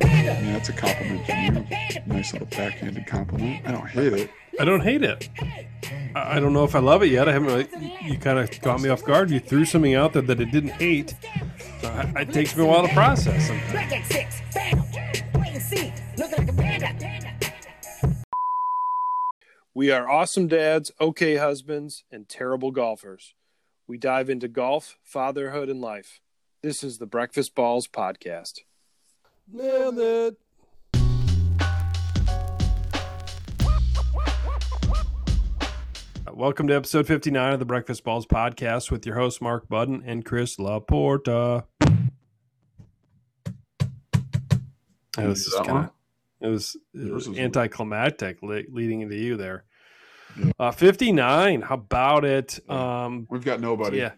That's a compliment from you. Nice little backhanded compliment. I don't hate it. I don't hate it. I I don't know if I love it yet. I haven't. Really, you you kind of caught me off guard. You threw something out there that I didn't hate. Uh, it takes me a while to process. Sometimes. Project Six, bam, wait and see, looking like a panda. We are awesome dads, okay husbands, and terrible golfers. We dive into golf, fatherhood, and life. This is the Breakfast Balls podcast. Nailed it. Welcome to episode 59 of the Breakfast Balls podcast with your hosts, Mark Budden and Chris Laporta. That You was do just that kind of one? it was, it Yours was is- anticlimactic le- leading into you there. Yeah. Uh, 59. How about it? Yeah. Um, We've got nobody. Yeah.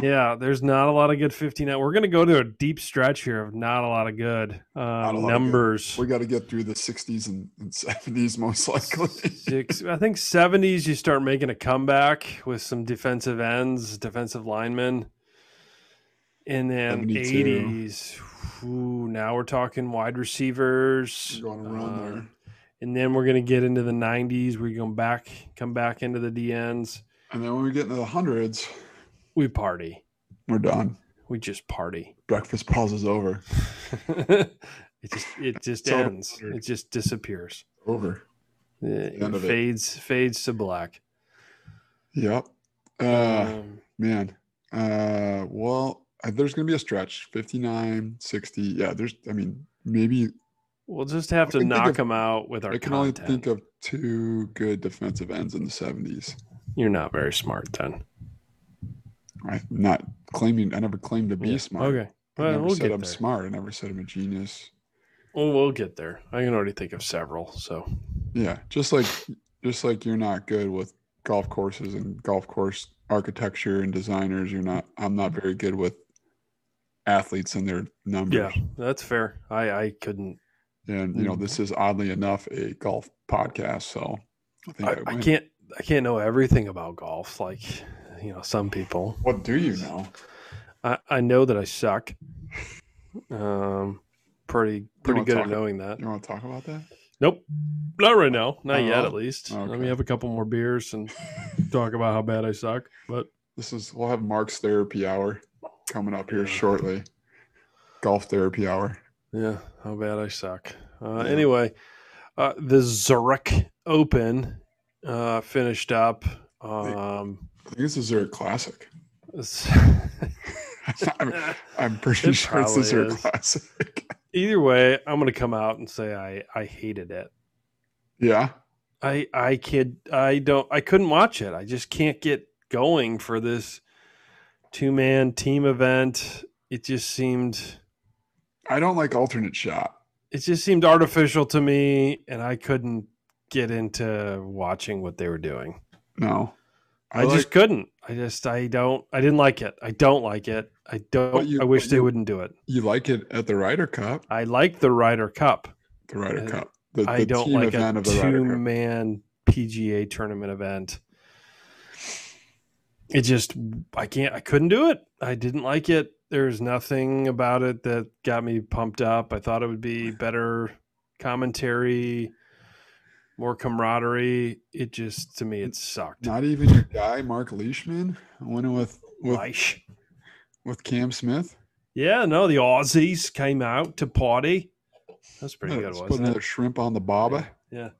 yeah, there's not a lot of good 59. We're going to go to a deep stretch here of not a lot of good uh, lot of good. numbers. we got to get through the 60s and, and 70s most likely. Six, I think 70s, you start making a comeback with some defensive ends, defensive linemen. And then 72. 80s, ooh, now we're talking wide receivers. We're going around um, there. And then we're going to get into the 90s. We're going back, come back into the DNs. And then when we get into the hundreds, We party. we're done. We just party. Breakfast pause is over. it just it just It's all ends. weird. It just disappears. Over. It the end of it. fades fades to black. Yep. Uh, Um, man. Uh, well, uh, there's going to be a stretch 59, 60. Yeah, there's, I mean, maybe we'll just have to can think knock of- them out with our I can content. only think of two good defensive ends in the 70s. You're not very smart then. I'm not claiming, I never claimed to be Yeah. smart. Okay. I Well, never we'll said get I'm there. smart. I never said I'm a genius. Well, we'll get there. I can already think of several. So Yeah, just like just like you're not good with golf courses and golf course architecture and designers. You're not. I'm not very good with athletes and their yeah, numbers. that's fair. I I couldn't. And you know, Mm-hmm. this is oddly enough a golf podcast, so I think I, I, I win. can't. I can't know everything about golf. Like you know, some people. What do you know? I I know that I suck. Um, pretty pretty wanna good talk at ab- knowing that. You want to talk about that? Nope. Not right now. Not Oh, yet, at least. Let okay. me have a couple more beers and talk about how bad I suck. But This is we'll have Mark's therapy hour coming up here Yeah. shortly. Golf therapy hour. yeah, how bad I suck. Uh, Yeah. Anyway, uh, the Zurich Open uh, finished up. Um, I think this is their classic. it's- I'm, I'm pretty It sure it's probably this their is. classic. either way, I'm going to come out and say I, I hated it. yeah. I I could I don't I couldn't watch it. I just can't get going for this two man team event. It just seemed I don't like alternate shot. it just seemed artificial to me and i couldn't get into watching what they were doing No. i, just couldn't i just i don't i didn't like it i don't like it i But don't you- i wish but they you- wouldn't do it you like it at the Ryder Cup. i like the ryder cup The Ryder Uh, Cup. The, the i don't team like event a of the Ryder Cup. two-man pga tournament event it just i can't i couldn't do it i didn't like it there's nothing about it that got me pumped up i thought it would be better commentary more camaraderie it just to me it sucked Not even your guy, Mark Leishman, winning with with, Leish. with Cam Smith. yeah no the aussies came out to party that's pretty Yeah, good let's Put wasn't it another shrimp on the baba. Yeah.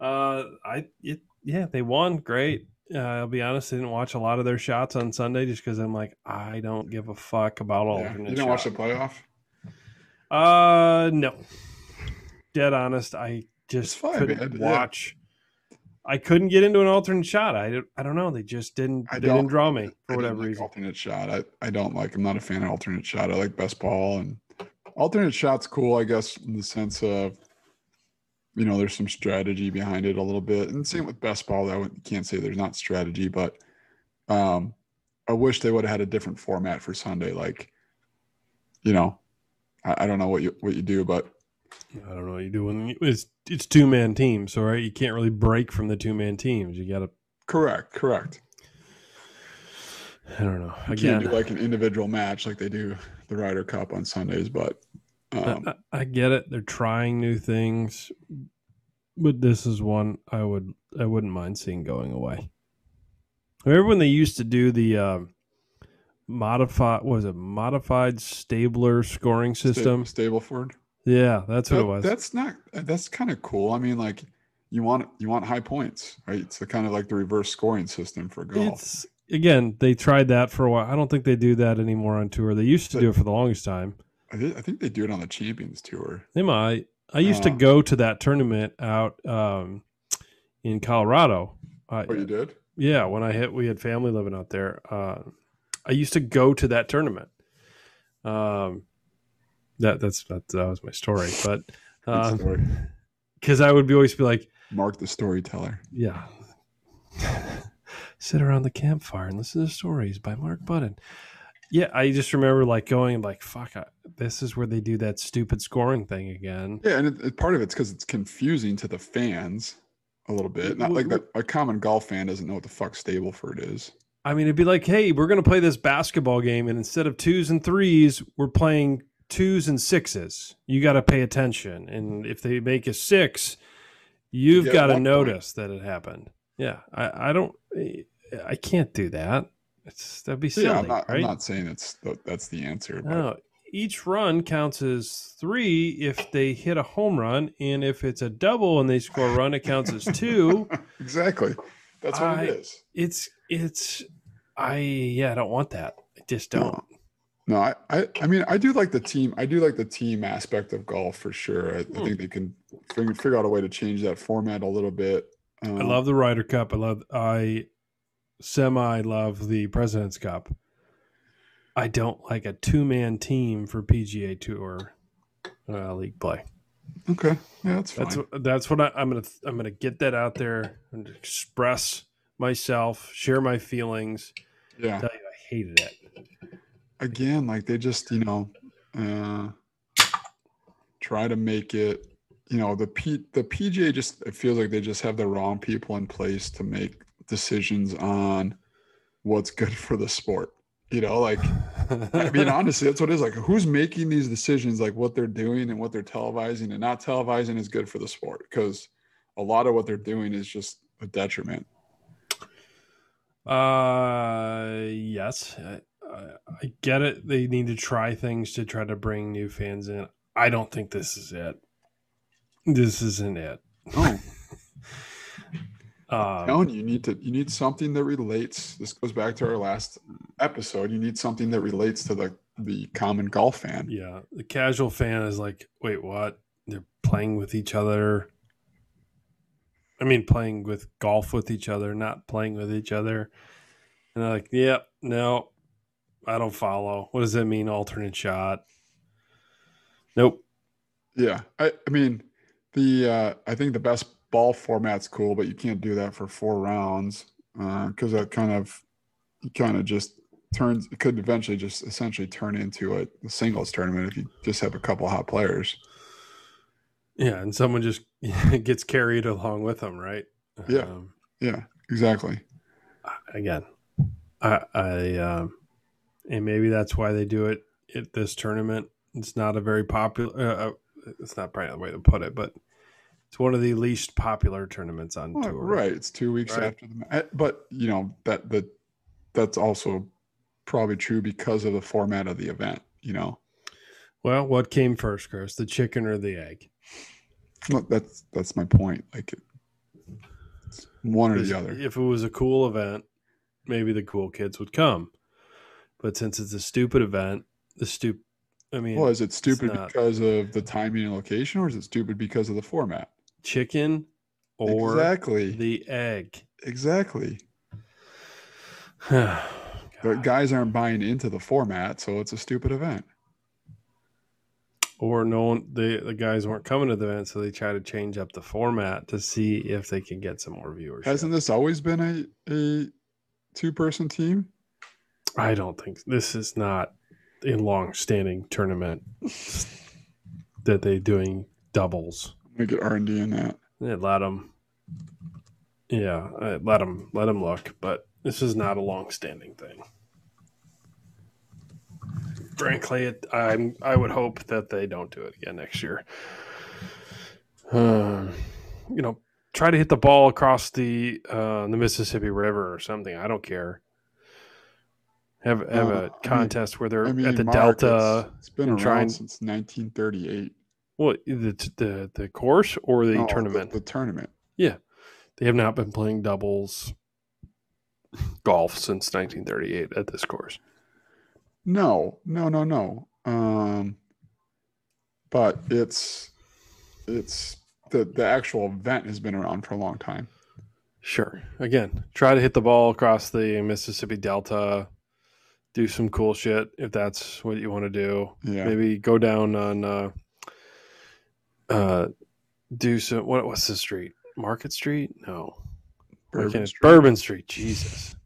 Uh, I it, yeah, they won. Great. Uh, I'll be honest, I didn't watch a lot of their shots on Sunday just because I'm like, I don't give a fuck about Yeah. alternate. You didn't watch the playoff? the- uh, no. Dead honest, I just fine, couldn't man. Yeah. watch. I couldn't get into an alternate shot. I, don't- I don't know. They just didn't. I they didn't don't- draw me I for didn't whatever like reason. Alternate shot. I, I don't like. I'm not a fan of alternate shot. I like best ball and alternate shots. Cool, I guess, in the sense of you know, there's some strategy behind it a little bit. And same with best ball. That I wouldn't- can't say there's not strategy, but um, I wish they would have had a different format for Sunday. Like, you know, I, I don't know what you what you do, but I don't know what you do when you, it's it's two man teams. All right, you can't really break from the two man teams. You got to. correct, correct. I don't know. You Again, can't do like an individual match like they do the Ryder Cup on Sundays, but Um, I, I I get it. They're trying new things, but this is one I would I wouldn't mind seeing going away. Remember when they used to do the um modified was it modified Stabler scoring Sta- system? Stableford. yeah, that's what That- it was. That's not. That's kind of cool. I mean, like you want you want high points, right? It's the kind of like the reverse scoring system for golf. It's again they tried that for a while. I don't think they do that anymore on tour. They used to But- do it for the longest time. I, thi- I think they do it on the Champions Tour. They might. I used to Oh. go to that tournament out um, in Colorado. I, Oh, you did? Yeah, when I hit, we had family living out there. Uh, I used to go to that tournament. Um, that that's that, that was my story, but Good story. because I would be always be like, Mark the storyteller. yeah, sit around the campfire and listen to stories by Mark Button. Yeah, I just remember like going like, fuck, I, this is where they do that stupid scoring thing again. Yeah, and it, it- part of it's because it's confusing to the fans a little bit. Not like that. A common golf fan doesn't know what the fuck Stableford is. I mean, it'd be like, hey, we're going to play this basketball game, and instead of twos and threes, we're playing twos and sixes. You got to pay attention. And if they make a six, you've get got to one point. notice that it happened. Yeah. I, I don't, I can't do that. It's, that'd be silly, yeah, I'm not, right? I'm not saying it's the, that's the answer. But No, each run counts as three if they hit a home run, and if it's a double and they score a run, it counts as two. exactly, that's what I it is. It's, it's, I, yeah, I don't want that. I just don't. No, I, I, I mean, I do like the team. I do like the team aspect of golf for sure. I, Hmm. I think they can figure, figure out a way to change that format a little bit. Um, I love the Ryder Cup. I love I semi love the President's Cup. I don't like a two man team for PGA Tour uh, league play. Okay, yeah, that's fine. That's what- that's what I, I'm gonna I'm gonna get that out there and express myself, share my feelings. yeah. tell you, I hated it. Again, like they just, you know, uh, try to make it. You know, the P, the PGA just it feels like they just have the wrong people in place to make decisions on what's good for the sport. You know, like I mean, honestly, that's what it is. Like, who's making these decisions? Like, what they're doing and what they're televising and not televising is good for the sport because a lot of what they're doing is just a detriment. Uh, yes, I, I, I get it. They need to try things to try to bring new fans in. I don't think this is it. This isn't it. Oh, Um, Alan, you need to you need something that relates. This goes back to our last episode. You need something that relates to the the common golf fan. yeah, the casual fan is like, wait, what? They're playing with each other. I mean, playing with golf with each other, not playing with each other. And they're like, yep, no, I don't follow. What does that mean? Alternate shot? Nope. Yeah, I, I mean, the uh, I think the best ball format's cool, but you can't do that for four rounds because that kind of you kind of just turns. It could eventually just essentially turn into a, a singles tournament if you just have a couple hot players. Yeah, and someone just gets carried along with them, right? Yeah. Um, Yeah, exactly. again, I, I, um, and maybe that's why they do it at this tournament. It's not a very popular. Uh, uh, it's not probably the way to put it, but it's one of the least popular tournaments on Well, tour. right, it's two weeks Right. after the ma- eh, but you know that that that's also probably true because of the format of the event. You know, Well, what came first, Chris? The chicken or the egg? Well, that's that's my point. Like it, it's one or Because the other. If it was a cool event, maybe the cool kids would come. But since it's a stupid event, the stupid. I mean, Well, is it stupid not- because of the timing and location, or is it stupid because of the format? chicken or exactly, the egg. exactly. The God. guys aren't buying into the format, so it's a stupid event. Or no one, the, the guys weren't coming to the event, so they try to change up the format to see if they can get some more viewers. Hasn't this always been a a two person team? I don't think this is not a long standing tournament that they're doing doubles. We get R and D in that. Yeah, let them. Yeah, uh, let them let them look, but this is not a long standing thing. frankly, it, I'm I would hope that they don't do it again next year. Um, you know, try to hit the ball across the uh, the Mississippi River or something. I don't care. Have have Well, I a mean- contest where they're I mean, at the Mark, Delta. It's, it's been around trying- since 1938. What the the the course or the No, tournament? The, tournament. They have not been playing doubles golf since 1938 at this course. No, no, no, no. Um, but it's it's the the actual event has been around for a long time. Sure. Again, try to hit the ball across the Mississippi Delta. Do some cool shit if that's what you want to do. Yeah. Maybe go down on uh, uh, do some what what's the street? Market Street? No, Why Bourbon can't it- Street. Bourbon Street. Jesus,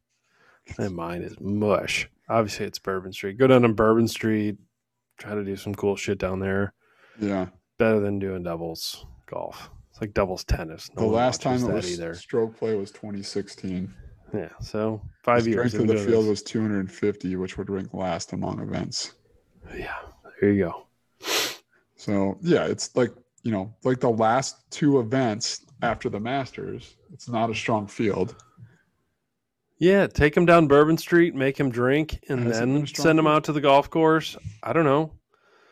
my mind is mush. Obviously, it's Bourbon Street. Go down on Bourbon Street. Try to do some cool shit down there. Yeah. Better than doing doubles golf. It's like doubles tennis. No the one last time watches it that was stroke play was 2016. Yeah, so five the years. strength of they've the been doing field this. was 250, which would rank last among events. Yeah, there you go. So yeah, it's like you know, like the last two events after the Masters, it's not a strong field. Yeah, take him down Bourbon Street, make him drink, and Has it been then a strong send him field? out to the golf course. I don't know.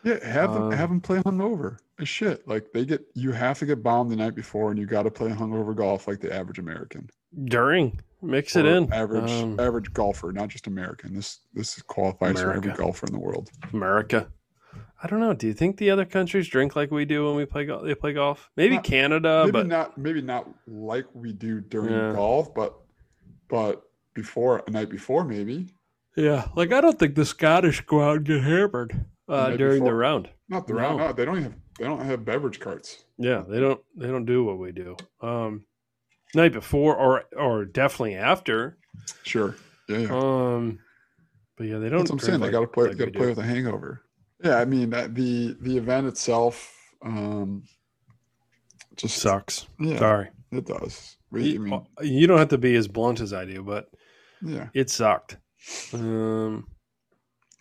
Yeah, have them Um, have them play hungover. It's shit. Like they get you have to get bombed the night before, and you got to play hungover golf like the average American. During, mix it Or in. Average Um, average golfer, not just American. This this is qualifies for every America. golfer in the world. America. I don't know. Do you think the other countries drink like we do when we play golf? They play golf. Maybe Not- Canada, maybe Uh, but not maybe not like we do during Yeah. golf, but but before a night before maybe yeah, like I don't think the Scottish go out and get hammered uh, Maybe during the four- round. not the No. round out. They don't even have they don't have beverage carts. Yeah, they don't. They don't do what we do. Um, night before or or definitely after. Sure. Yeah. yeah. Um, but yeah, they don't. That's what I'm saying. drink they got to play. like got to we do. play with a hangover. Yeah, I mean that, the the event itself um, just sucks. Yeah, Sorry. oh. it does. We, I You, mean, you don't have to be as blunt as I do, but yeah, it sucked. Um,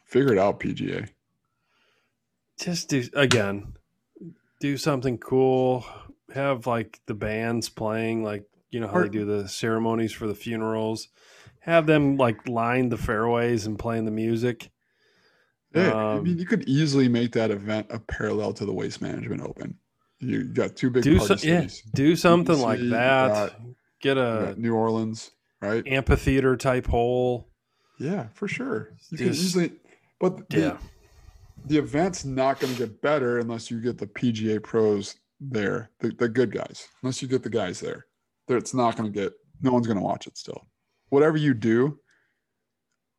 figure it out, PGA. just do again, do something cool. Have like the bands playing, like you know how Or- they do the ceremonies for the funerals. Have them like line the fairways and playing the music. Yeah, I Um, mean, you could easily make that event a parallel to the Waste Management Open. You got two big Do party so- yeah. cities. Do something like see, you that. Get You a got uh, New Orleans, right? amphitheater type hole. Yeah, for sure. You can Just- easily, but the, Yeah, the event's not going to get better unless you get the PGA pros there, the, the good guys. Unless you get the guys there, There- it's not going to get. No one's going to watch it. Still, whatever you do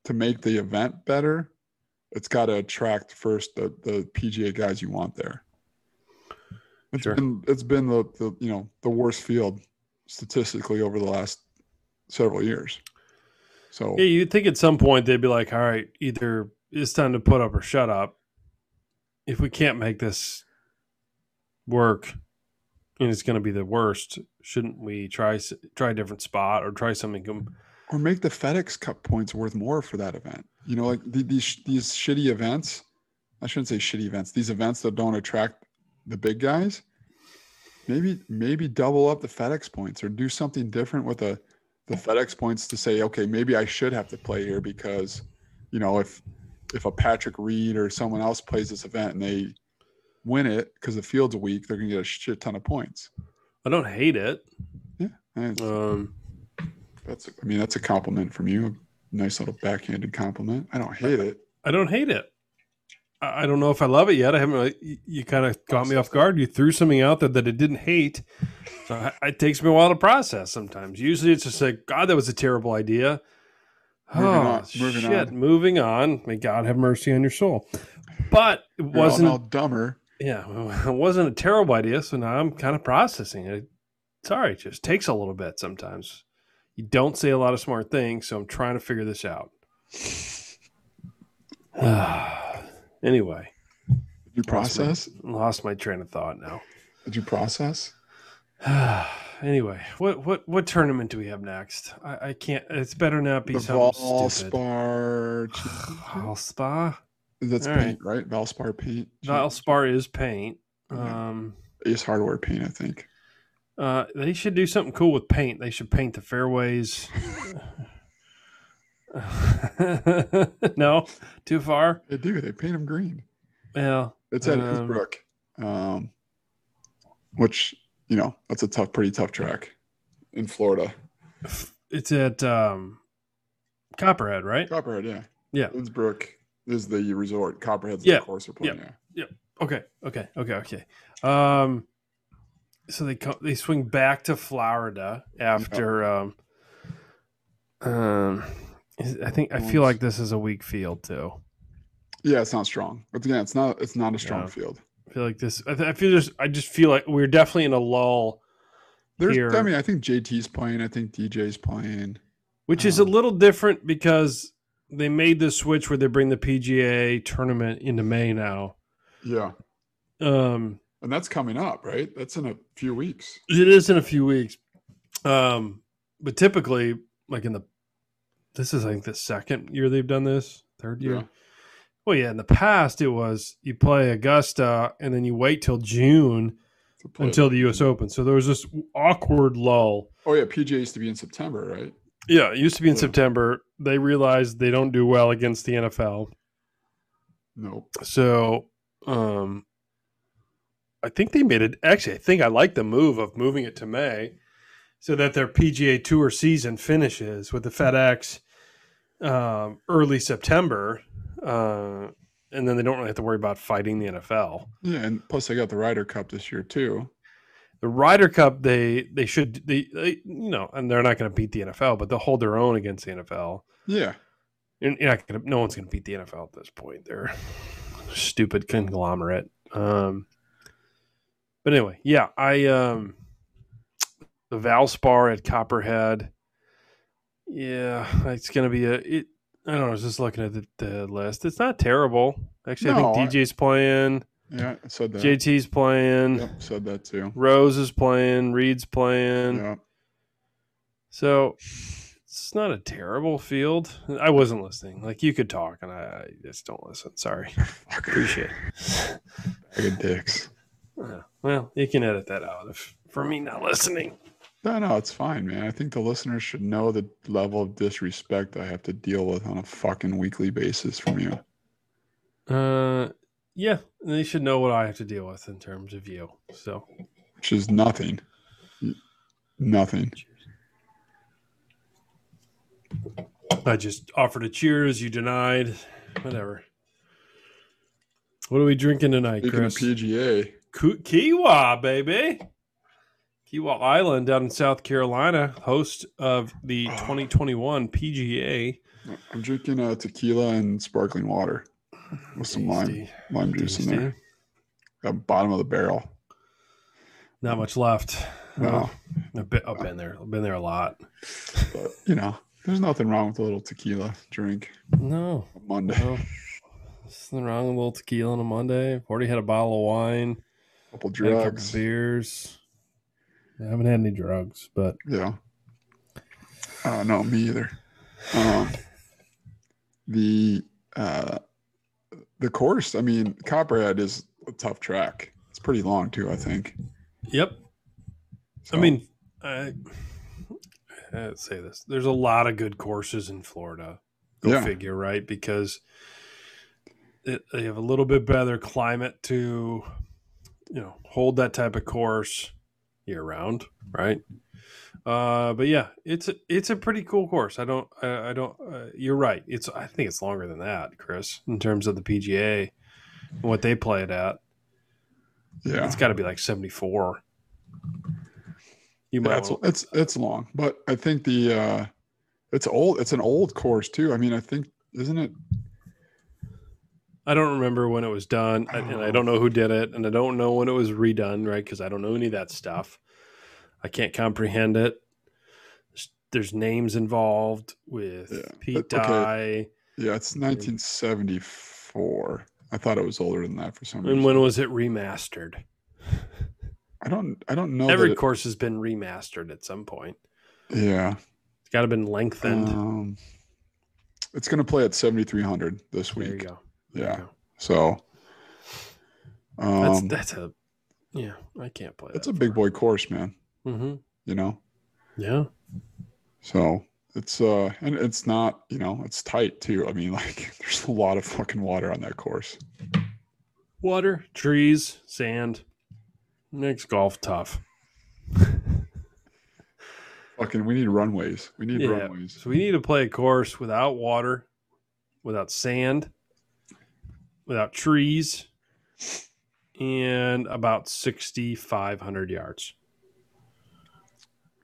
to make the event better, it's got to attract first the the PGA guys you want there. It's Sure. been it's been the, the you know the worst field statistically over the last several years. So yeah. You'd think at some point they'd be like, "All right, either it's time to put up or shut up." If we can't make this work, and it's going to be the worst, shouldn't we try s- try a different spot or try something? com- or make the FedEx Cup points worth more for that event. You know, like the, these these shitty events. I shouldn't say shitty events. These events that don't attract the big guys. Maybe maybe double up the FedEx points or do something different with the the FedEx points to say, okay, maybe I should have to play here because, you know, if if a Patrick Reed or someone else plays this event and they win it because the field's weak, they're gonna get a shit ton of points. I don't hate it. And Um, that's I mean that's a compliment from you. Nice little backhanded compliment. I don't hate it. I don't hate it. I I don't know if I love it yet. I haven't. Really, you- you kind of caught me off guard. You threw something out there that I didn't hate. So I- it takes me a while to process. Sometimes, usually, it's just like, God, that was a terrible idea. Moving oh on- moving shit! on. Moving on. May God have mercy on your soul. But it You're all wasn't. now dumber. Yeah, well, it wasn't a terrible idea. So now I'm kind of processing it. Sorry, it just takes a little bit sometimes. You don't say a lot of smart things, so I'm trying to figure this out. anyway, Did you process? lost my train of thought Did you process? now. anyway, what what what tournament do we have next? I, I can't. It's better not be The something Valspar. stupid. Valspar. That's All paint, right? Valspar paint. Valspar is paint. Yeah. Um, It's hardware paint, I think. uh, they should do something cool with paint. They should paint the fairways. no, too far. They do. They paint them green. Yeah, It's at Um, Innsbruck, um, which you know that's a tough, pretty tough track in Florida. it's at um, Copperhead, right? Copperhead, yeah, Yeah. Innsbruck is the resort. Copperhead's Yeah, the course they're playing. Yeah. Okay, okay, okay, okay. Um, so they co- they swing back to Florida after. Um, um, is- I think I feel like this is a weak field too. yeah, it's not strong. But again, it's not. It's not a strong Yeah. field. I feel like this. I, th- I feel just. I just feel like we're definitely in a lull, There's. Here- I mean, I think JT's playing. I think DJ's playing. which is a Um, little different because they made the switch where they bring the PGA tournament into May now. Yeah, Um, and that's coming up, right? That's in a few weeks. It is in a few weeks. Um, but typically, like in the this is I think the second year they've done this, third year. Yeah. Well, yeah, in the past it was you play Augusta and then you wait till June to play. until the US Open. So there was this awkward lull. oh yeah, PGA used to be in September, right? Yeah, it used to be in Yeah. September. They realized they don't do well against the NFL. Nope. So um I think they made it actually I think I like the move of moving it to May so that their PGA Tour season finishes with the FedEx um early September uh and then they don't really have to worry about fighting the NFL. Yeah, and plus they got the Ryder Cup this year too. The Ryder Cup they they should they, they you know and they're not going to beat the NFL but they'll hold their own against the NFL. Yeah, You're you're not gonna, no one's going to beat the NFL at this point. They're a stupid conglomerate. Um, but anyway, yeah, I um, the Valspar at Copperhead. Yeah, it's going to be a. It, I don't know. I was just looking at the, the list. It's not terrible. Actually, No, I I- think DJ's playing, yeah, I said that. JT's playing, Yep, said that too. Rose is playing, Reed's playing. Yeah. So it's not a terrible field. I wasn't listening. Like you could talk, and I, I just don't listen. Sorry. Appreciate it. Bag of dicks. Uh, well, you can edit that out if, for me not listening. No, no, it's fine, man. I think the listeners should know the level of disrespect I have to deal with on a fucking weekly basis from you. Uh, yeah, they should know what I have to deal with in terms of you. So Which is nothing. Nothing. I just offered a cheers. You denied. Whatever. What are we drinking tonight, Speaking Chris? of PGA, Ku- Kiwa, baby. Kiwa Island down in South Carolina, host of the 2021 PGA. I'm drinking uh, tequila and sparkling water with some lime, Tasty, lime juice in tasty. there. The bottom of the barrel. Not much left. No, Uh, I've been, I've been there. I've been there a lot. but you know, there's nothing wrong with a little tequila drink No, on Monday. no. There's nothing wrong with a little tequila on a Monday. I've already had a bottle of wine, couple had a couple drugs. beers. I haven't had any drugs, but Yeah. Uh, no, me either. Um, the uh, the course, I mean, Copperhead is a tough track. It's pretty long too, I think. yep. I So, mean, I, I say this. There's a lot of good courses in Florida. Go Yeah. figure, right? Because it, they have a little bit better climate to, you know, hold that type of course year round, right? Uh, but yeah, it's a, it's a pretty cool course. I don't, I, I don't. Uh, you're right. It's I think it's longer than that, Chris, in terms of the PGA and what they play it at. yeah, It's got to be like 74. You yeah might it's, wanna- it's it's long, but I think the uh, it's old. It's an old course too. I mean, I think isn't it? I don't remember when it was done, I- and I don't know who did it, and I don't know when it was redone, right? Because I don't know any of that stuff. I can't comprehend it. There's- There's names involved with Yeah. Pete Uh, Dye. Yeah, it's 1974. I thought it was older than that for some reason. And when was it remastered? I don't I don't know. Every that it- course has been remastered at some point. yeah. It's Uh, got to been lengthened. Um, it's going to play at 7300 this there week. you go. Yeah. Yeah. So That's um, that's a yeah. I can't play. it's a big boy course, man. hmm You know, Yeah. so it's uh, and it's not, you know, it's tight too. I mean, like, there's a lot of fucking water on that course. Water, trees, sand. Makes golf tough. Fucking, we need runways. We need Yeah. runways. So we need to play a course without water, without sand, without trees, and about sixty five hundred yards.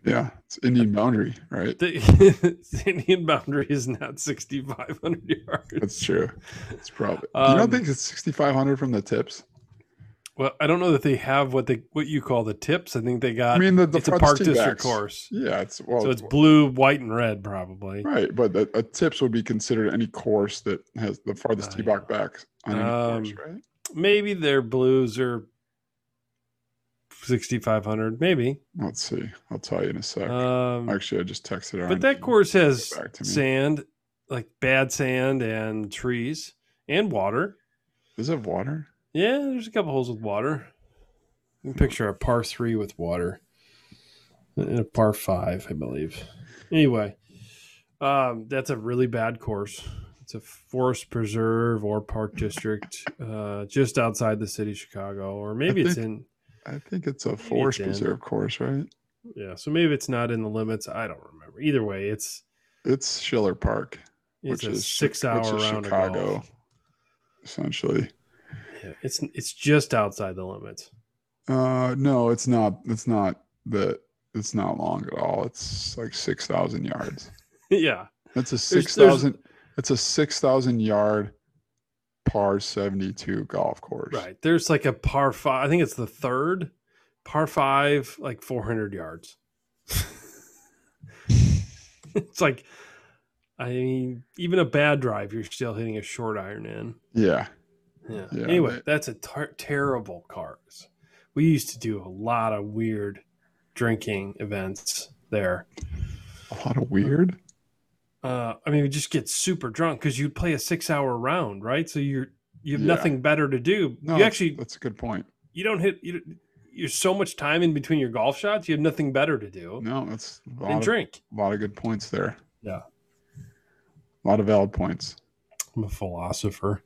Yeah, it's Indian boundary, right? The Indian boundary is not sixty five hundred yards. That's true. It's probably. you Um, don't think it's 6,500 from the tips? Well, I don't know that they have what they what you call the tips. I think they got I mean, the, the uh, it's a front's park tee district backs. course. Yeah, it's well, So it's blue, white, and red probably. right, but the, a tips would be considered any course that has the farthest Uh, tee box back on any Um, course, right? Maybe their blues are sixty five hundred, maybe. Let's see. I'll tell you in a sec. Um, Actually, I just texted her. but that course has back to me. sand, like bad sand and trees and water. Is it water? Yeah, there's a couple holes with water. You can picture a par three with water and a par five, I believe. Anyway, um, that's a really bad course. It's a forest preserve or park district uh, just outside the city of Chicago, or maybe it's think- in. I think it's a Maybe forest it's in. preserve course, right? Yeah, so maybe it's not in the limits. I don't remember. Either way, it's It's Schiller Park, it's which a is Chi- six hour which is round of golf. Chicago, essentially. Yeah, it's it's just outside the limits. Uh, no, it's not. It's not the. It's not long at all. It's like six thousand yards. yeah, That's a there's- six thousand. It's a six thousand yard par seventy two golf course. right. There's like a par five. I think it's the third par five, like 400 yards. it's like, I mean, even a bad drive, you're still hitting a short iron in. Yeah. Yeah. Yeah, anyway, they- that's a ter- terrible cars. We used to do a lot of weird drinking events there. A lot of weird. uh, I mean, you just get super drunk because you'd play a six-hour round, right? So you're you have Yeah. nothing better to do. No, you that's- actually That's a good point. you don't hit you. You're so much time in between your golf shots. You have nothing better to do No, that's a than lot, of, drink. a lot of good points there. Yeah. A lot of valid points. I'm a philosopher.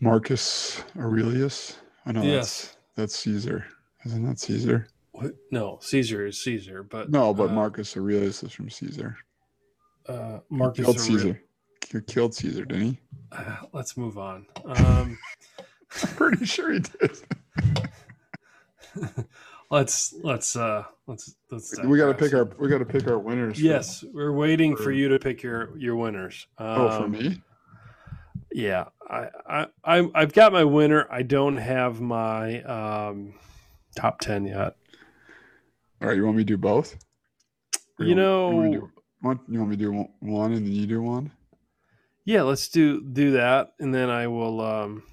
Marcus Aurelius. I know yes. that's that's Caesar. Isn't that Caesar? What? No, Caesar is Caesar, but No, but uh, Marcus Aurelius is from Caesar. uh, He Marcus killed Aurel- Caesar. He killed Caesar, didn't he? Uh, let's move on. Um, I'm pretty sure he did. let's let's uh let's let's. we got to digress. pick our we got to pick our winners. for- Yes, we're waiting for for- you to pick your your winners. Um, oh, for me. Yeah, I, I I'm I've got my winner. I don't have my um, top ten yet. All right, you want me to do both? Or want- You you want, me to know, do, want- you want me to do one- one and then you do one? yeah. Let's do do that, and then I will. Um,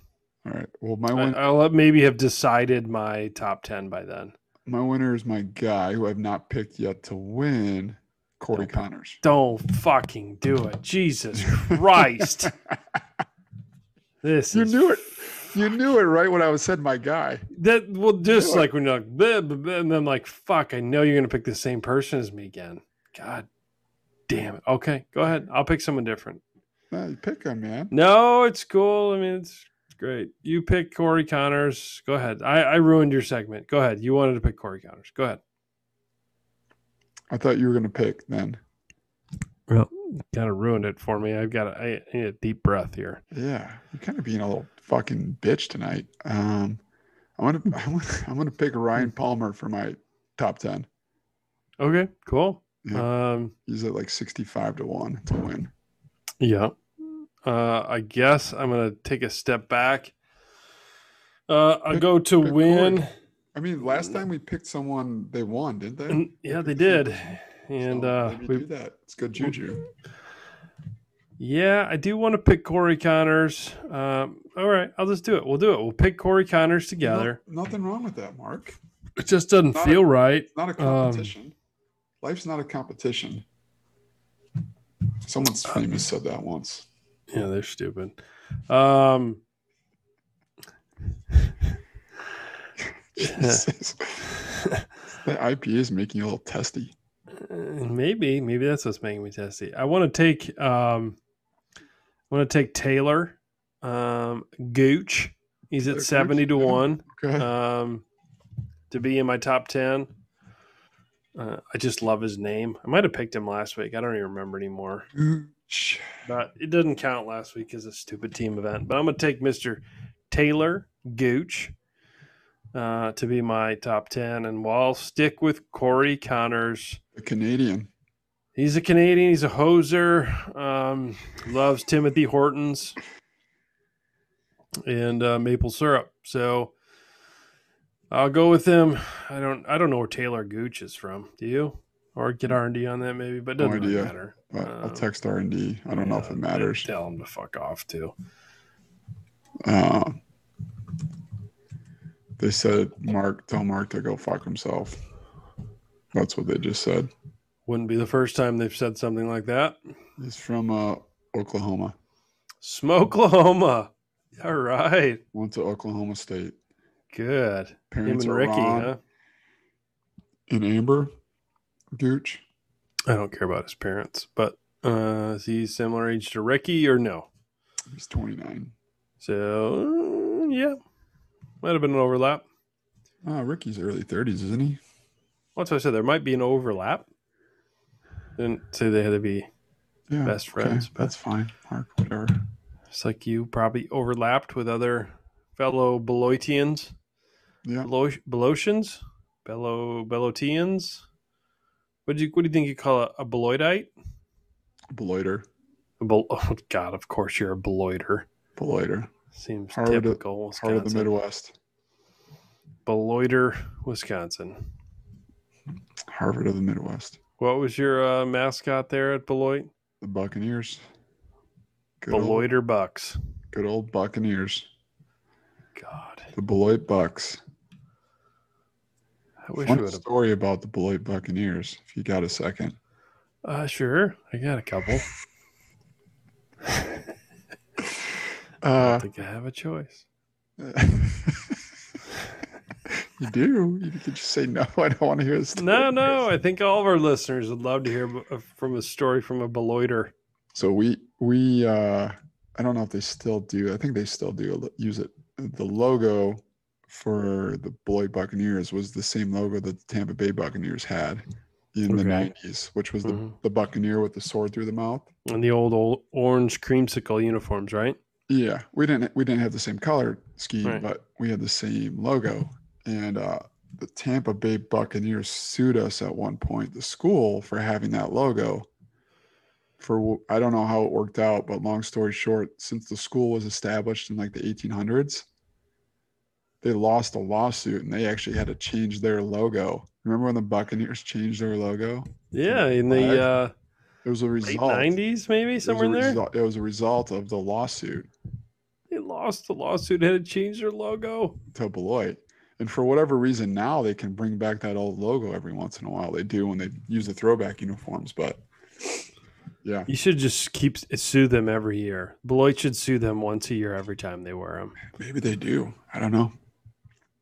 All right. Well, my I, win, I'll maybe have decided my top ten by then. my winner is my guy who I've not picked yet to win, Corey Don't- Connors. Don't fucking do it, Jesus Christ! this You is knew it. You knew it right when I was said my guy. That well, just it. like when you're like, "Bleh, bleh, bleh," and I'm like, fuck, I know you're gonna pick the same person as me again. God damn it. Okay, go ahead. I'll pick someone different. No, you pick him, man. No, it's cool. I mean, it's, it's great. You pick Corey Connors. Go ahead. I, I ruined your segment. Go ahead. You wanted to pick Corey Connors. Go ahead. I thought you were gonna pick then. Well, kind of ruined it for me. I've got a, I, I need a deep breath here. Yeah, you're kind of being a little fucking bitch tonight. Um, I'm gonna I'm gonna, I'm gonna pick Ryan Palmer for my top ten. Okay, cool. Um, He's at like 65 to one to win. Yeah. Uh, I guess I'm going to take a step back. Uh, I Pick- go to pick win. Corey. I mean, last time we picked someone, they won, didn't they? And- yeah, they did. Mm, And So uh, maybe do we, that. It's good juju. yeah, I do want to pick Corey Connors. Um, all right, I'll just do it. We'll do it. We'll pick Corey Connors together. No- nothing wrong with that, Mark. It just doesn't Not- feel right. It's not a Um, competition. Uh, Life's not a competition. Someone's famous said that once. Yeah, they're stupid. Um, Jesus. that IPA is making you a little testy. Uh, maybe maybe that's what's making me testy i want to take um i want to take taylor um gooch he's at Taylor Gooch, 70 to yeah. 1 Okay. um to be in my top 10 uh, i just love his name i might have picked him last week i don't even remember anymore Gooch. but it doesn't count last week as a stupid team event but i'm gonna take mr taylor gooch uh, to be my top 10 and we'll stick with corey connors The Canadian. He's a Canadian. He's a hoser. Um, loves Timothy Hortons and uh, maple syrup. So I'll go with him. I don't. I don't know where Taylor Gooch is from. Do you? Or get R and D on that maybe, but it No doesn't really idea. matter. But I'll Uh, text R and D. I don't know if Yeah, it matters. Tell him to fuck off too. Uh, they said, "Mark, tell Mark to go fuck himself." That's what they just said. Wouldn't be the first time they've said something like that. He's from uh, Oklahoma. Smokelahoma. All right. Went to Oklahoma State. Good. Him Parents and are Ricky, Ron huh? and Amber Gooch. I don't care about his parents, but uh, is he similar age to Ricky or no? He's 29. So mm, yeah, might have been an overlap. Ah, Ricky's early 30s, isn't he? That's what I said. There might be an overlap. Didn't say they had to be. Yeah, Best friends, but- Oh, That's fine, Mark. Whatever. It's like you probably overlapped with other fellow Beloitians, Yeah, Belo- Belotians, Belo Belotians. What do you What do you think you call a, a Beloitite? Beloiter. A Bel- oh God, of course you're a Beloiter. Beloiter. Seems Part of the- typical Part of the Wisconsin. Midwest. Beloiter, Wisconsin. Harvard of the Midwest. What was your uh, mascot there at Beloit? The Buccaneers. Good old, Beloiter Bucks. good old Buccaneers. God. The Beloit Bucks. I wish we One would have. story about the Beloit Buccaneers, if you got a second. Uh, sure, I got a couple. I Uh, think I have a choice. you do. You could just say no. I don't want to hear this. No, no, I think all of our listeners would love to hear b- uh, from a story from a Beloiter. So we we uh, I don't know if they still do. I think they still do use it. The logo for the Beloit Buccaneers was the same logo that the Tampa Bay Buccaneers had in the Okay. nineties, which was the, Mhm. the Buccaneer with the sword through the mouth. And the old, old orange creamsicle uniforms, right? Yeah, we didn't we didn't have the same color scheme, Right. but we had the same logo. And uh, the Tampa Bay Buccaneers sued us at one point, the school for having that logo. For w- I don't know how it worked out, but long story short, since the school was established in like the 1800s, they lost a lawsuit and they actually had to change their logo. Remember when the Buccaneers changed their logo? Yeah, in the uh, It was a late result. It was nineties, maybe a somewhere in there. result- It was a result of the lawsuit. They lost the lawsuit, had to change their logo. to Beloit. And for whatever reason, now they can bring back that old logo every once in a while. They do when they use the throwback uniforms, but yeah, You should just keep sue them every year. Beloit should sue them once a year, every time they wear them. maybe they do. I don't know.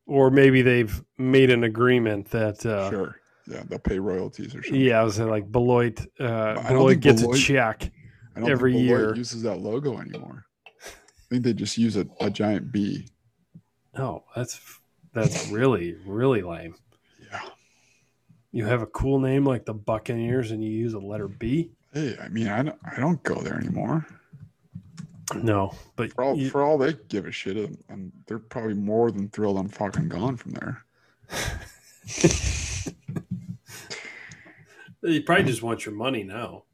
or maybe they've made an agreement that uh, sure. Yeah, they'll pay royalties or something. yeah, I was saying, like Beloit uh, don't Beloit think gets a Beloit- check. I don't every think Beloit year. uses that logo anymore. I think they just use a, a giant B. No, Oh, that's that's really really lame. Yeah. You have a cool name like the Buccaneers and you use a letter B. Hey, I mean, I don't, I don't go there anymore. No, but For all, you- for all they give a shit, and they're probably more than thrilled I'm fucking gone from there. you probably just want your money now.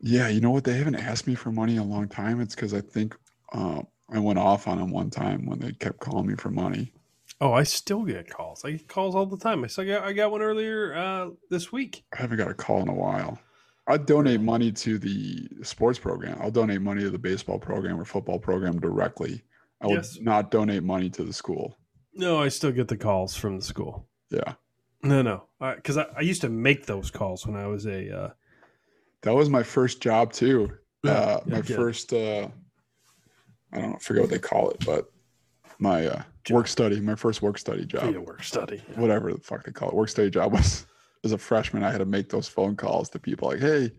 Yeah, you know what? They haven't asked me for money in a long time. It's because I think uh, I went off on them one time when they kept calling me for money. Oh, I still get calls. I get calls all the time. I still got I got one earlier uh, this week. I haven't got a call in a while. I donate money to the sports program. I'll donate money to the baseball program or football program directly. I would Yes. not donate money to the school. No, I still get the calls from the school. Yeah, No, no, because I, I used to make those calls when I was a. Uh, that was my first job too. uh, Yeah, my yeah. first uh, I don't know, forget what they call it, but my uh, Job. work study, my first work study job, Via work study. whatever the fuck they call it, work study job was as a freshman. I had to make those phone calls to people like, hey,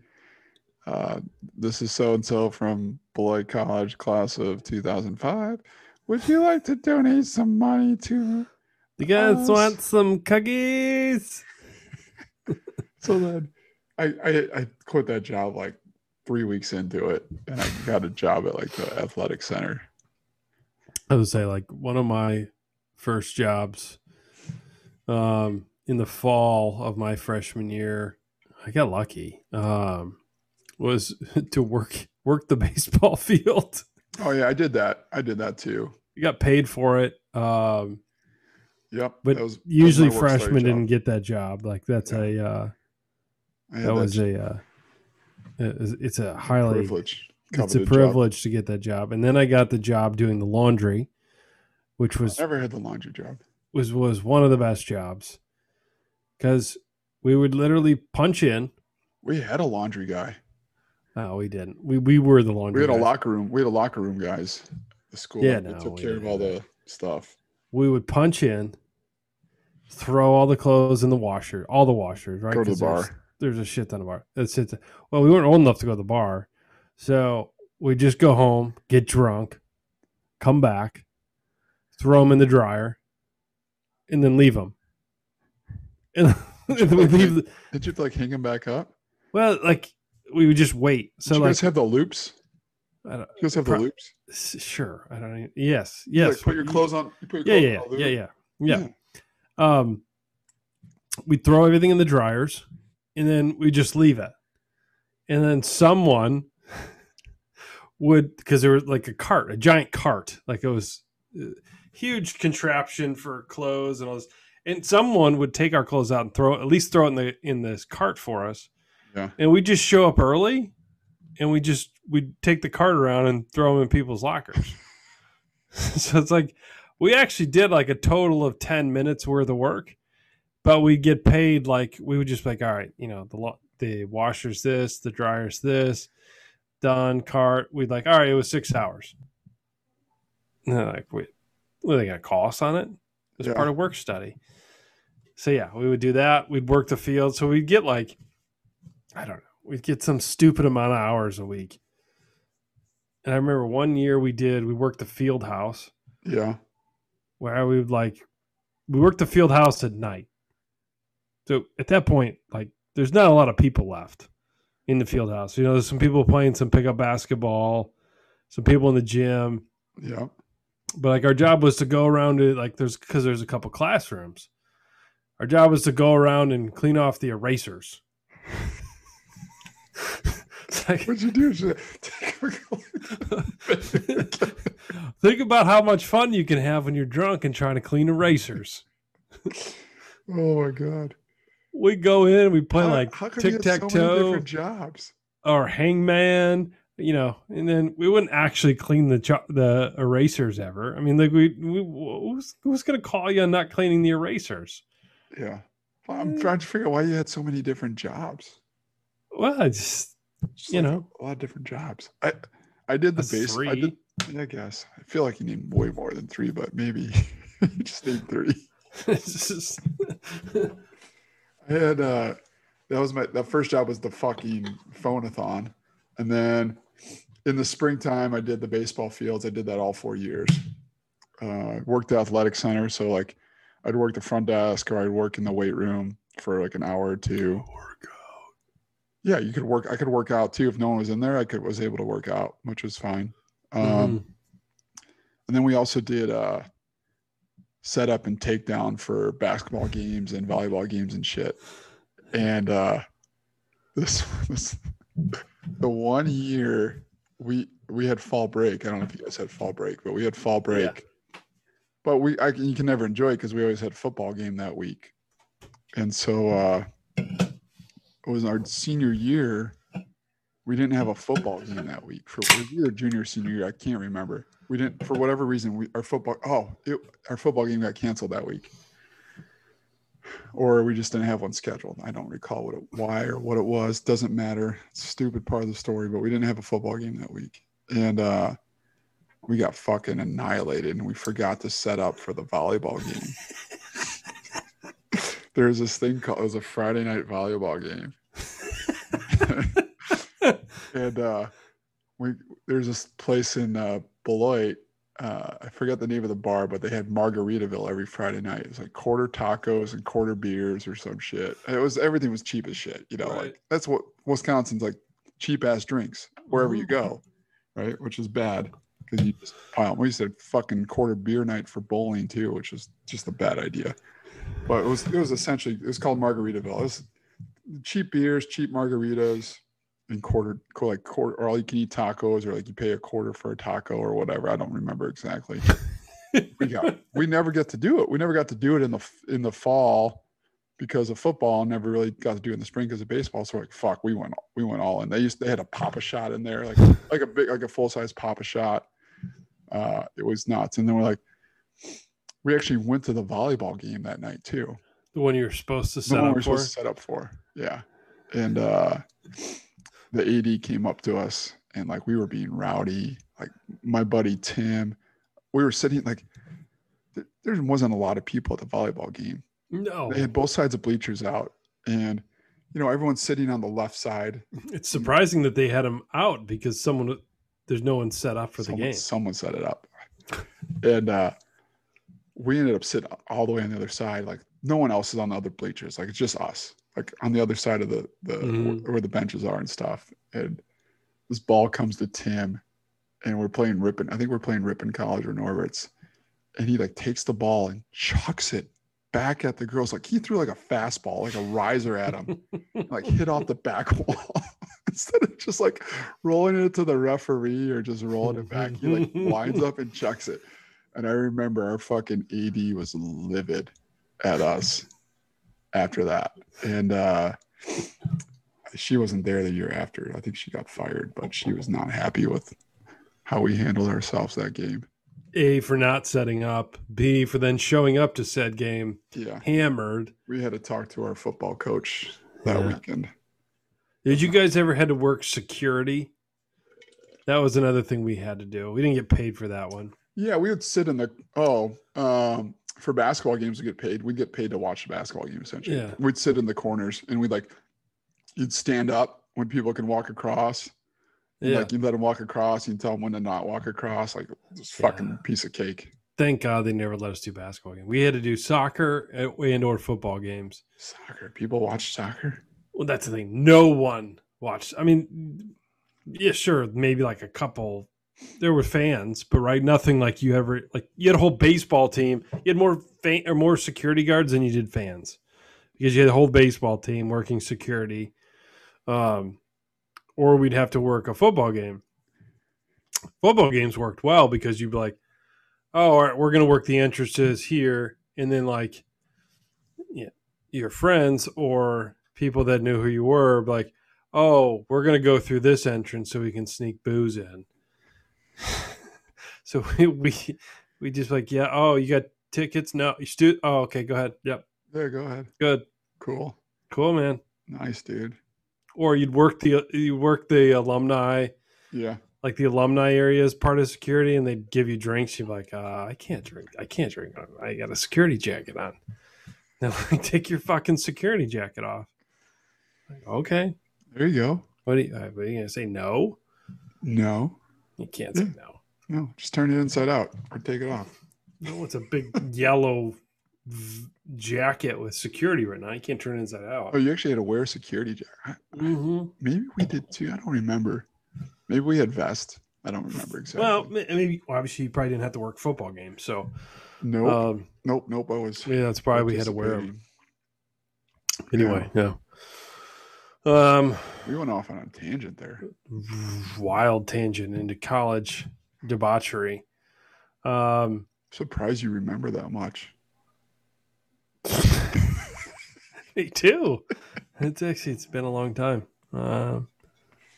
uh, this is so and so from Beloit College class of 2005. Would you like to donate some money to? You guys Us. want some cookies? So then, I, I I quit that job like three weeks into it, and I got a job at like the athletic center. I would say like one of my first jobs um in the fall of my freshman year, I got lucky. Um was to work work the baseball field. Oh yeah, I did that. I did that too. You got paid for it. Um Yep. but that was, that was usually my work study freshmen job. didn't get that job. Like that's a uh I had that was j- a uh it- it's a highly privilege. it's a coveted job. privilege to get that job. And then I got the job doing the laundry, which was I never had the laundry job. was was one of the best jobs because we would literally punch in. We had a laundry guy. No, we didn't. We we were the laundry. We had a guys. locker room. We had a locker room guys. The school Yeah, that no, took we care of didn't all have the stuff. We would punch in, throw all the clothes in the washer, all the washers, right? Go to the 'Cause There's, bar. there's a shit ton of bar. That's it. Well, we weren't old enough to go to the bar, so we just go home, get drunk, come back, throw them in the dryer, and then leave them. And Did you we like leave. The, Did you like hang them back up? well, like we would just wait. Did So you like. guys have the loops? I don't- You guys have Pro- the loops. S- Sure. I don't even, yes. You, Yes. Like, put your You- clothes on. You put Yeah, your yeah, clothes on yeah, a yeah, loop. yeah. Yeah. Um we throw everything in the dryers and then we just leave it. And then someone would because there was like a cart, a giant cart, like it was uh, huge contraption for clothes and all this. And someone would take our clothes out and throw at least throw it in the in this cart for us. Yeah. And we just show up early and we just we'd take the cart around and throw them in people's lockers. so it's like we actually did like a total of 10 minutes worth of work but we get paid like we would just be like all right you know the lo- the washer's this the dryer's this done cart we'd like all right it was six hours and they're like wait what are they gonna call us on it it's Yeah. part of work study so yeah we would do that we'd work the field so we'd get like i don't know we'd get some stupid amount of hours a week and i remember one year we did we worked the field house Yeah. where we would like we worked the field house at night. So at that point, like there's not a lot of people left in the field house. You know, there's some people playing some pickup basketball, some people in the gym. Yeah. But like our job was to go around to like there's because there's a couple classrooms. Our job was to go around and clean off the erasers. It's like- What'd you do? Should I Take her clothes? think about how much fun you can have when you're drunk and trying to clean erasers. oh my god. We go in, we play How- like how come you have tic so many tac toe different jobs. or hangman, you know, and then we wouldn't actually clean the cho- the erasers ever. I mean, like we, we who's, who's going to call you on not cleaning the erasers? Yeah. Well, I'm trying to Mm. figure out why you had so many different jobs. Well, I just Just you like know a lot of different jobs. I I did the that's base. I, three. did, I guess I feel like you need way more than three, but maybe you just need three. It's just- I had uh that was my that first job was the fucking phonathon. And then in the springtime I did the baseball fields. I did that all four years. Uh worked the athletic center, so like I'd work the front desk or I'd work in the weight room for like an hour or two. Yeah, you could work I could work out too. If no one was in there, I could was able to work out, which was fine. Um Mhm. and then we also did uh set up and takedown for basketball games and volleyball games and shit. And uh this was the one year we we had fall break. I don't know if you guys had fall break, but we had fall break. But we I, you can never enjoy it because we always had football game that week. And so uh it was our senior year. We didn't have a football game that week for it was either junior or senior year. I can't remember. We didn't for whatever reason we our football oh it, our football game got canceled that week. or we just didn't have one scheduled. I don't recall what it, why or what it was. Doesn't matter. It's a stupid part of the story, but we didn't have a football game that week, and uh, we got fucking annihilated, and we forgot to set up for the volleyball game. There was this thing called it was a Friday night volleyball game, and uh, we there's this place in uh, Beloit. Uh, I forget the name of the bar, but they had Margaritaville every Friday night. It was like quarter tacos and quarter beers or some shit. It was everything was cheap as shit. You know, Right. like that's what Wisconsin's like cheap ass drinks wherever you go, right? Which is bad because you just pile. 'em. We used to have fucking quarter beer night for bowling too, which is just a bad idea. But it was it was essentially it was called Margaritaville. It was cheap beers, cheap margaritas, and quarter qu- like quarter or all you can eat tacos or like you pay a quarter for a taco or whatever. I don't remember exactly. we got we never get to do it. We never got to do it in the f- in the fall because of football. Never really got to do it in the spring because of baseball. So like fuck, we went we went all in. They used they had a papa shot in there like like a big like a full size papa shot. Uh, it was nuts. And then we're like. We actually went to the volleyball game that night too The one you're supposed to the set one up we're for. supposed to set up for. Yeah. And uh the AD came up to us and like we were being rowdy. Like my buddy Tim, we were sitting like th- there wasn't a lot of people at the volleyball game. No, They had both sides of bleachers out and you know everyone's sitting on the left side. it's surprising that they had him out because someone there's no one set up for the someone, game. Someone set it up. And uh we ended up sitting all the way on the other side. Like no one else is on the other bleachers. Like it's just us. Like on the other side of the the Mhm. where, the benches are and stuff. And this ball comes to Tim, and we're playing Ripon. I think we're playing Ripon College or Norbert's, and he like takes the ball and chucks it back at the girls. Like he threw like a fastball, like a riser at him, and, like hit off the back wall instead of just like rolling it to the referee or just rolling it back. He like lines up and chucks it. And I remember our fucking AD was livid at us after that. And uh she wasn't there the year after. I think she got fired, but she was not happy with how we handled ourselves that game. A for not setting up. B for then showing up to said game Yeah. hammered. We had to talk to our football coach that Yeah. weekend. Did you guys ever had to work security? That was another thing we had to do. We didn't get paid for that one. Yeah, we would sit in the oh, um, for basketball games we get paid. We'd get paid to watch the basketball game essentially. Yeah. We'd sit in the corners and we'd like you'd stand up when people can walk across. and, Yeah. Like you let them walk across, you tell them when to not walk across, like this fucking Yeah. piece of cake. Thank God they never let us do basketball games. We had to do soccer and and or football games. Soccer. People watch soccer. Well, that's the thing. No one watched. I mean, yeah, sure, maybe like a couple. There were fans, but right, nothing like you ever like. You had a whole baseball team. You had more fan or more security guards than you did fans, because you had a whole baseball team working security, um, or we'd have to work a football game. Football games worked well because you'd be like, "Oh, all right, we're gonna work the entrances here," and then like your friends or people that knew who you were be like oh we're going to go through this entrance so we can sneak booze in so we, we we just like yeah oh you got tickets no you stu- oh okay go ahead yep There, go ahead. good Cool. cool man Nice, dude. or you'd work the you work the alumni Yeah. like the alumni area as part of security and they'd give you drinks you'd be like uh, i can't drink i can't drink i got a security jacket on they're like take your fucking security jacket off like, okay There you go. What are you, uh, what are you going to say? No? No. You can't Hmm. say no. No. Just turn it inside out or take it off. No, it's a big yellow v- jacket with security right now. You can't turn it inside out. Oh, you actually had to wear a security jacket. Mhm. Maybe we did too. I don't remember. Maybe we had vest. I don't remember exactly. Well, ma- maybe well, obviously you probably didn't have to work football games, so nope, um, nope, nope. I was yeah, that's probably we had to wear them participating. anyway. Yeah. Um, We went off on a tangent there. wild tangent into college debauchery. Um, Surprised you remember that much. Me too. It's actually it's been a long time. Um,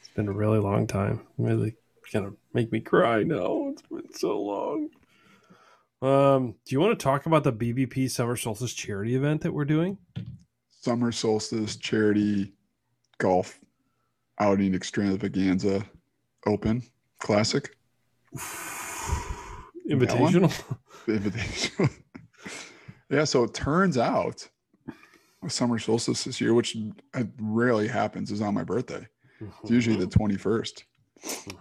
it's been a really long time. Really gonna make me cry now. It's been so long. Um, do you want to talk about the BBP Summer Solstice charity event that we're doing? Summer solstice charity golf outing extravaganza open classic Invitational. invitation. yeah, so it turns out the summer solstice this year, which uh, rarely happens, is on my birthday. It's usually Mm-hmm. the 21st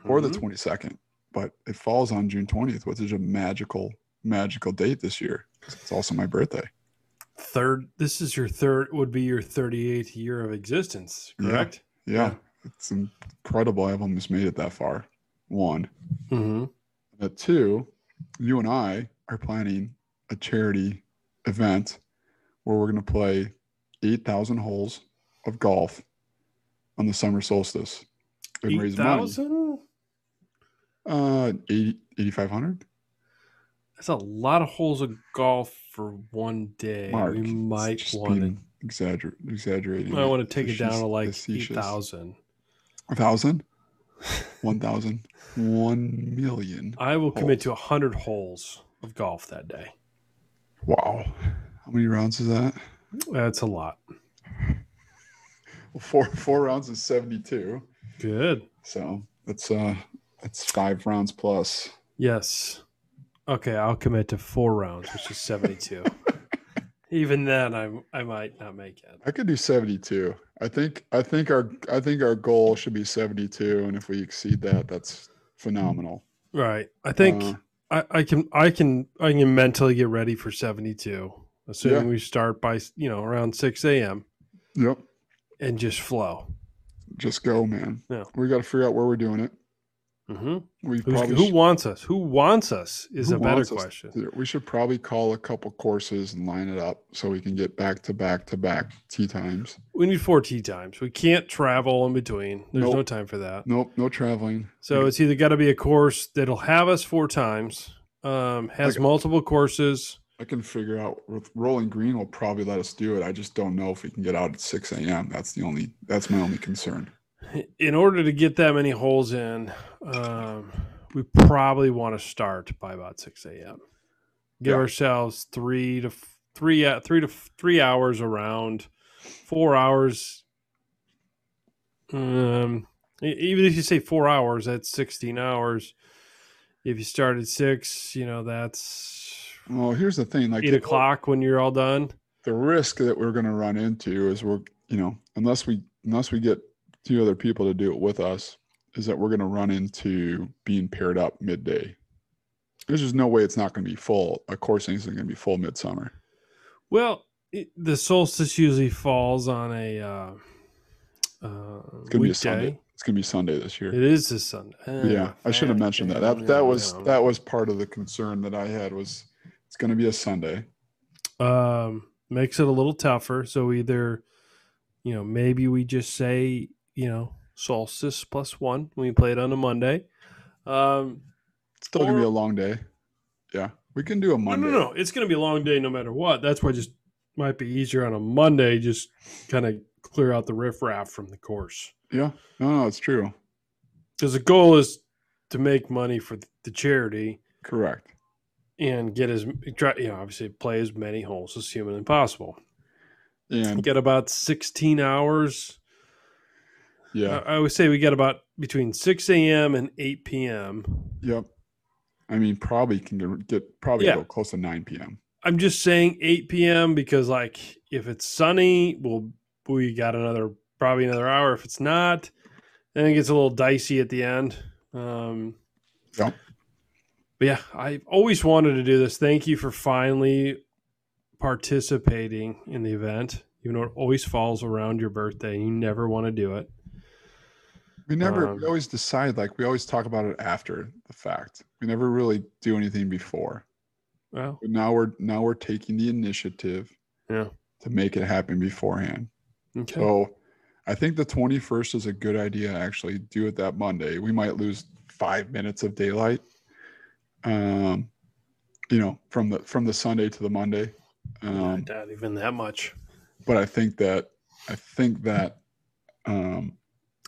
or the Mhm. 22nd, but it falls on June 20th, which is a magical, magical date this year. It's also my birthday. third. This is your third. Would be your thirty-eighth year of existence, Yeah. correct? Yeah, it's incredible. I've almost made it that far. One. Mm-hmm. At two, you and I are planning a charity event where we're going to play 8,000 holes of golf on the summer solstice and Eight raise money. thousand. Uh, 80 8,500? That's a lot of holes of golf for one day. Mark. we it's might just want to. being exagger- exaggerating. I it. want to take it down Facetious- to like eight facetious. thousand. A thousand? One thousand? One million? I will commit to a hundred holes of golf that day. Wow. How many rounds is that? That's a lot. Well, four, four rounds is 72. Good. So that's uh that's five rounds plus. Yes. Okay, I'll commit to four rounds, which is seventy-two. Even then, I I might not make it. I could do seventy two. I think I think our I think our goal should be seventy two, and if we exceed that, that's phenomenal. Right. I think Uh, I, I can I can I can mentally get ready for seventy-two, assuming we start by you know around six a.m. yep, and just flow. just go, man. Yeah. we got to figure out where we're doing it. hmm We Who's, probably who should- wants us? Who wants us is Who a better wants us? question. we should probably call a couple courses and line it up so we can get back to back to back tea times. We need four tea times. We can't travel in between. There's Nope. no time for that. Nope, no traveling. So it's either got to be a course that'll have us four times, um, has Okay. multiple courses. I can figure out. Rolling Green will probably let us do it. I just don't know if we can get out at six a.m. That's the only. That's my only concern. In order to get that many holes in, um, we probably want to start by about six a.m. Give Yeah. ourselves three to f- three uh, three to f- three hours around, four hours. Um, e- even if you say four hours, that's sixteen hours. If you start at six, you know that's Well, here's the thing. Like eight the- o'clock when you're all done. The risk that we're going to run into is we're, you know, unless we unless we get two other people to do it with us, is that we're going to run into being paired up midday. There's just no way it's not going to be full. A course isn't going to be full midsummer. Well, it, the solstice usually falls on a uh, uh, It's going to be a weekday. Sunday. It's going to be Sunday this year. It is this Sunday. Uh, yeah, I should have mentioned that. That that was that was part of the concern that I had was it's going to be a Sunday. um, makes it a little tougher. So either, you know, maybe we just say, you know, solstice plus one. We play it on a Monday. Um, It's still going to be Or- a long day. Yeah, we can do a no, Monday. no, no. It's going to be a long day no matter what. That's why it just might be easier on a Monday. Just kind of clear out the riffraff from the course. Yeah, no, no, it's true. because the goal is to make money for the charity Correct. and get as try, you know obviously play as many holes as humanly possible. And Get about sixteen hours. yeah, I, I would say we get about between six a.m. and eight p.m. Yep. I mean, probably can get- get probably Yeah. go close to 9 p.m. I'm just saying eight p.m. because like if it's sunny, we'll we got another probably another hour. If it's not, then it gets a little dicey at the end. Um, Yeah. But yeah, I've always wanted to do this. Thank you for finally participating in the event. You know, it always falls around your birthday. You never want to do it. We never, we Um, always decide, like, we always talk about it after the fact. We never really do anything before. Well, But now we're, now we're taking the initiative Yeah. to make it happen beforehand. okay. So I think the 21st is a good idea, actually. Do it that Monday. We might lose five minutes of daylight. Um, you know, from the from the Sunday to the Monday. Um, Not even that much. but I think that I think that um,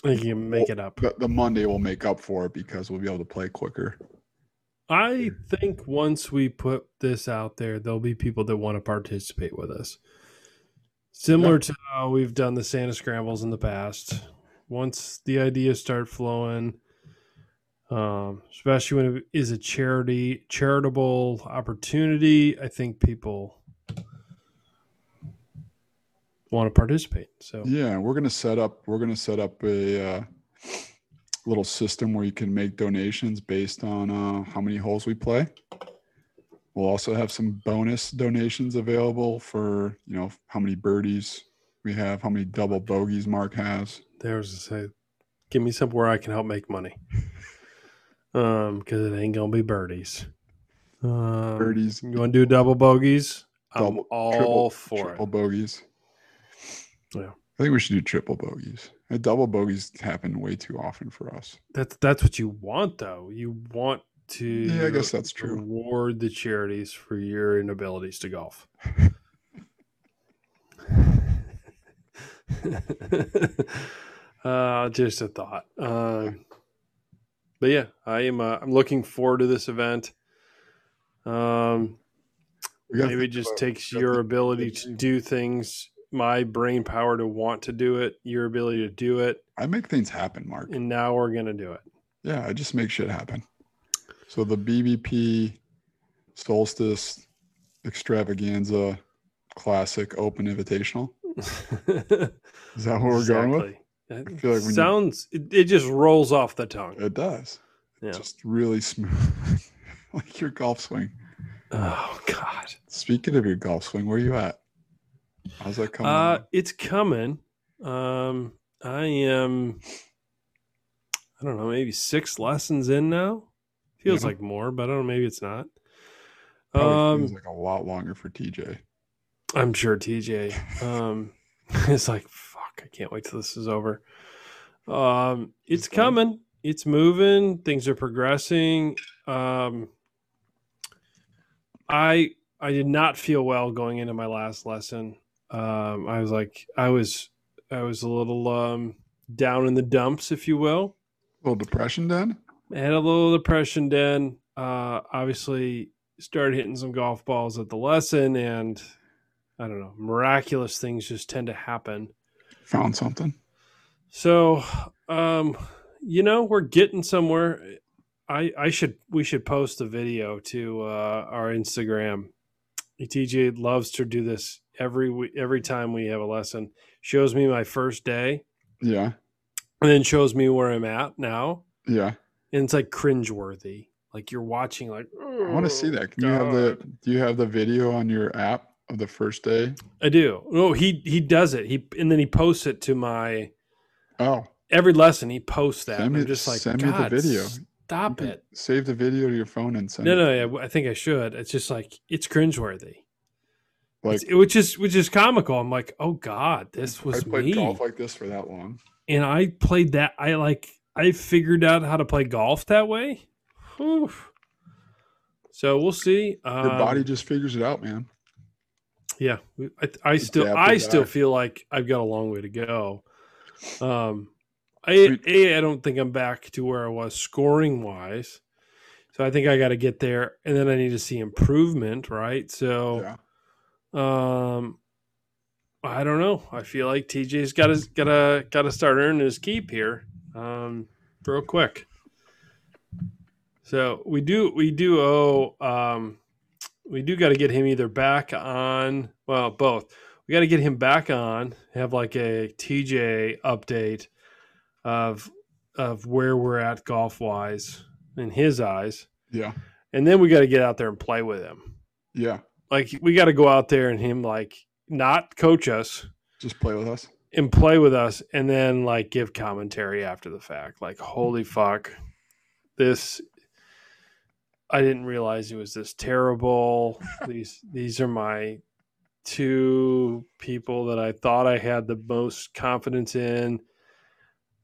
I think you can make it up. the, the Monday will make up for it because we'll be able to play quicker. I think once we put this out there, there'll be people that want to participate with us. Similar to how we've done the Santa scrambles in the past. Once the ideas start flowing, um, especially when it is a charity, charitable opportunity, I think people want to participate. So Yeah, we're gonna set up. We're gonna set up a uh, little system where you can make donations based on uh, how many holes we play. We'll also have some bonus donations available for you know how many birdies we have, how many double bogeys Mark has. there's to say, give me somewhere I can help make money. Um, because it ain't gonna be birdies. Um, Birdies, You want to do double bogeys? Double- I'm all triple- for triple bogeys. Yeah. I think we should do triple bogeys. Uh, Double bogeys happen way too often for us. it. That's that's what you want, though. You want to Yeah, I guess that's true. reward the charities for your inabilities to golf. uh, just a thought. Um, but yeah, I am. Uh, I'm looking forward to this event. Um, We gotta maybe it think just about- takes we gotta your think ability to achievement. do things my brain power to want to do it your ability to do it I make things happen, Mark. and now we're gonna do it Yeah, I just make shit happen. So the BBP Solstice Extravaganza Classic Open Invitational. Is that what we're going with? That I feel like when you- sounds it, it just rolls off the tongue It does. Yeah. Just really smooth, like your golf swing. oh god Speaking of your golf swing, where you at? How's that coming? uh along? it's coming um i am i don't know maybe six lessons in now feels Yeah. like more but i don't know maybe it's not Um, Probably feels like a lot longer for TJ. I'm sure TJ um is like, fuck, I can't wait till this is over. Um it's Okay. coming. It's moving. Things are progressing. Um I I did not feel well going into my last lesson. Um I was like I was I was a little um down in the dumps, if you will. little depression then? I had a little depression then. Uh, obviously, started hitting some golf balls at the lesson, and I don't know, miraculous things just tend to happen. Found something. So, um, you know, we're getting somewhere. I I should we should post a video to uh, our Instagram. ETJ loves to do this every we- every time we have a lesson. Shows me my first day, Yeah. and then shows me where I'm at now Yeah. and it's like cringeworthy. Like you're watching, like I want to see "Oh, that. Can you have the God." do you have the video on your app of the first day? I do. No, he he does it. He and then he posts it to my Oh, every lesson. He posts that. Send and me- I'm just like, send me the "God, video." Stop You can it. Save the video to your phone and send No, it. no, yeah. I think I should. It's just like it's cringeworthy. Like It's- which is which is comical. I'm like, oh God, this I was played me. golf like this for that long. and I played that. I like I figured out how to play golf that way. Whew. So we'll see. Your Um, body just figures it out, man. Yeah, we- I, I still, Adapted I still back. feel like I've got a long way to go. Um, I, Sweet. a, I don't think I'm back to where I was scoring wise, so I think I got to get there, and then I need to see improvement, right? So, Yeah. um, I don't know. I feel like TJ's got to got to got to start earning his keep here, um, real quick. So we do we do owe um, we do got to get him either back on well both we got to get him back on have like a TJ update of of where we're at golf wise in his eyes, Yeah. and then we got to get out there and play with him. Yeah. Like we got to go out there and him like not coach us Just play with us. and play with us and then like give commentary after the fact like holy fuck this i didn't realize it was this terrible these these are my two people that i thought i had the most confidence in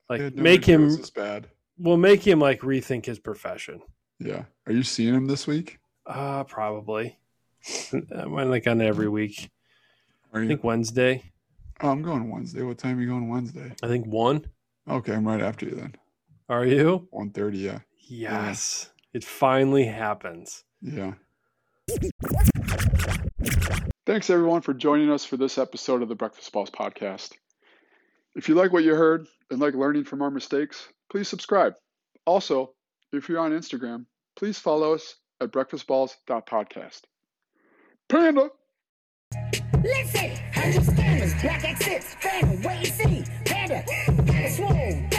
I like had no make idea it was him this bad. we'll make him like rethink his profession Yeah. Are you seeing him this week? uh probably i went like on every week Are i you? think wednesday Oh, I'm going Wednesday. What time are you going Wednesday? i think one Okay, I'm right after you then. are you 1.30, yeah. yes It finally happens. Yeah. Thanks everyone for joining us for this episode of the Breakfast Balls podcast. If you like what you heard and like learning from our mistakes, please subscribe. Also, if you're on Instagram, please follow us at breakfastballs.podcast. Panda! Listen, understand this black exits, fan, wait and see, panda, kinda swole.